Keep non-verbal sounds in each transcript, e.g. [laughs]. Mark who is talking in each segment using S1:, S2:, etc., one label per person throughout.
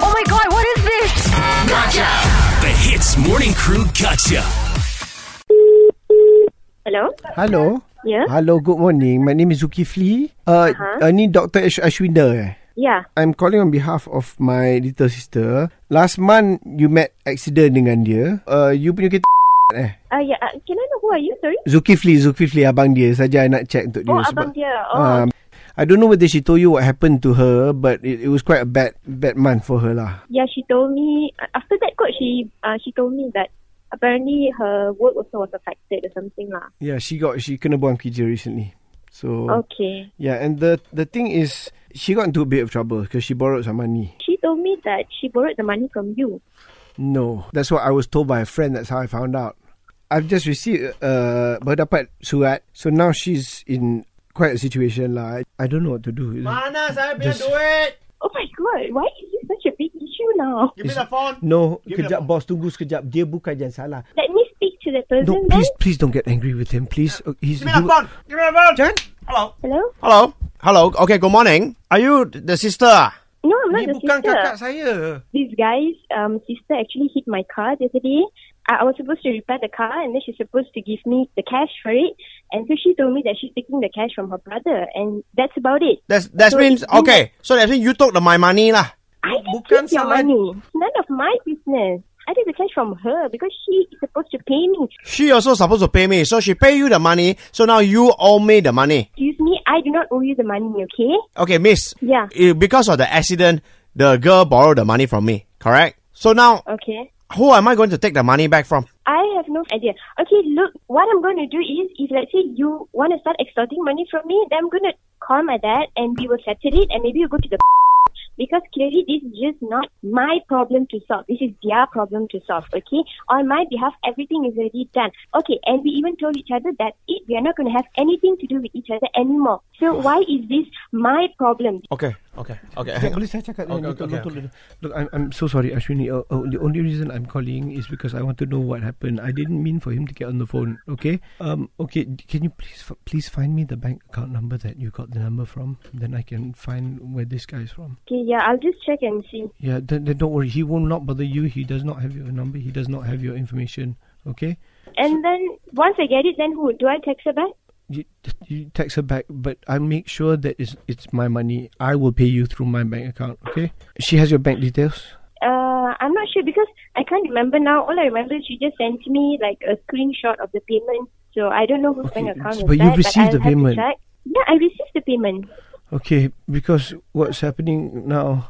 S1: Oh my god, what is this?
S2: The Hits Morning Crew Gotcha.
S3: Hello? Ya?
S4: Hello.
S3: Yeah?
S4: Hello, good morning. My name is Zulkifli. Uh,
S3: Uh-huh.
S4: uh ni Dr. Ash- Ashwinda eh?
S3: Yeah.
S4: I'm calling on behalf of my little sister. Last month you met accident dengan dia. Uh, you punya kereta eh.
S3: Uh, yeah. Uh, can I know who are you? Sorry?
S4: Zulkifli, Zulkifli abang dia saja I nak check untuk dia
S3: oh, abang dia. Oh,
S4: Um, I don't know whether she told you what happened to her, but it, it was quite a bad bad month for her lah.
S3: yeah, ya, she told me, uh, after that quote, she uh, she told me that apparently her work also was affected or something lah.
S4: Yeah, she got she kena buang kerja recently. So
S3: Oh. Okay.
S4: yeah, and the the thing is she got into a bit of trouble because she borrowed some money.
S3: She told me that she borrowed the money from you.
S4: No, that's what I was told by a friend. That's how I found out. I've just received uh berdapat surat, so now she's in quite a situation lah. I, I don't know what to do.
S5: Mana saya punya
S4: Just-
S5: duit?
S3: Oh my god, why is this such a big issue now?
S5: Give me the phone.
S4: No,
S5: Give me
S4: kejap
S5: the-
S4: boss tunggu sekejap. Dia bukan yang salah.
S3: Let me speak to that person
S4: No,
S3: then.
S4: please, please don't get angry with him. Please, Oh, he's.
S5: Give me the phone. Give me the phone.
S4: John?
S5: Hello.
S3: Hello?
S5: Hello. Hello. Okay, good morning. Are you the sister? ah?
S3: No, I'm not
S4: Dia
S3: the
S4: bukan
S3: sister.
S4: kakak saya.
S3: This guy's um, sister actually hit my car the other day. I, I was supposed to repair the car and then she's supposed to give me the cash for it. And so she told me that she's taking the cash from her brother and that's about it.
S5: That's that
S3: So
S5: means
S3: it's you.
S5: okay. So that means you took the my money lah.
S3: I didn't
S4: Bukan
S3: take your
S4: salah-
S3: money. It's none of my business. I did the cash from her because she is supposed to pay me.
S5: She also supposed to pay me, so she pay you the money. So now you owe me the money.
S3: Excuse me, I do not owe you the money, okay?
S5: Okay, miss.
S3: Yeah.
S5: Eh, Because of the accident, the girl borrowed the money from me. Correct. So now,
S3: Okay.
S5: who am I going to take the money back from?
S3: I have no idea. Okay, look, what I'm going to do is, if let's say you want to start extorting money from me, then I'm going to call my dad and we will settle it and maybe you go to the [laughs] because clearly this is just not my problem to solve. This is their problem to solve, okay? On my behalf, everything is already done. Okay, and we even told each other that it, we are not going to have anything to do with each other anymore. So why is this my problem?
S5: Okay. Okay. Okay.
S4: Hang Boleh saya cakap
S5: Okay,
S4: okay,
S5: okay, okay, okay.
S4: Look, I'm, I'm so sorry Ashwini uh, uh, The only reason I'm calling Is because I want to know what happened I didn't mean for him to get on the phone Okay Um. Okay d- Can you please f- Please find me the bank account number That you got the number from Then I can find Where this guy is from
S3: Okay, yeah, I'll just check and see.
S4: Yeah then, then don't worry He will not bother you He does not have your number He does not have your information Okay
S3: And then once I get it, then who? Do I text her back?
S4: you, you text her back, but I make sure that it's it's my money. I will pay you through my bank account. Okay? She has your bank details.
S3: Uh, I'm not sure because I can't remember now. All I remember is she just sent me like a screenshot of the payment. So I don't know whose
S4: Okay,
S3: bank account
S4: but
S3: was
S4: you've
S3: that,
S4: received
S3: I'll
S4: the
S3: have to
S4: payment.
S3: check. Yeah, I received the payment.
S4: Okay, because what's happening now,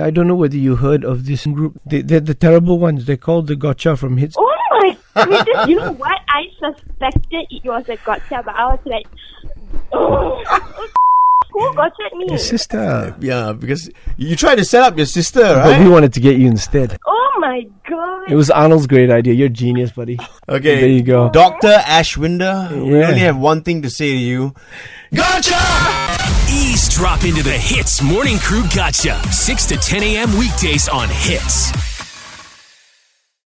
S4: I don't know whether you heard of this group. They, they're the terrible ones. They're called the Gotcha from Hits.
S3: Oh
S4: [laughs]
S3: my goodness! you know what? I suspected it was a gotcha, but I was like, oh, [laughs] who gotcha me?
S4: Your sister.
S5: [laughs] Yeah, because you tried to set up your sister,
S4: But we wanted to get you instead.
S3: Oh my god!
S4: It was Arnold's great idea. You're a genius, buddy.
S5: Okay.
S4: There you go.
S5: Dr. Ashwinder, we
S4: Yeah.
S5: only have one thing to say to you. Gotcha!
S2: Eavesdrop into the Hits Morning Crew Gotcha. 6 to 10 a.m. weekdays on Hits.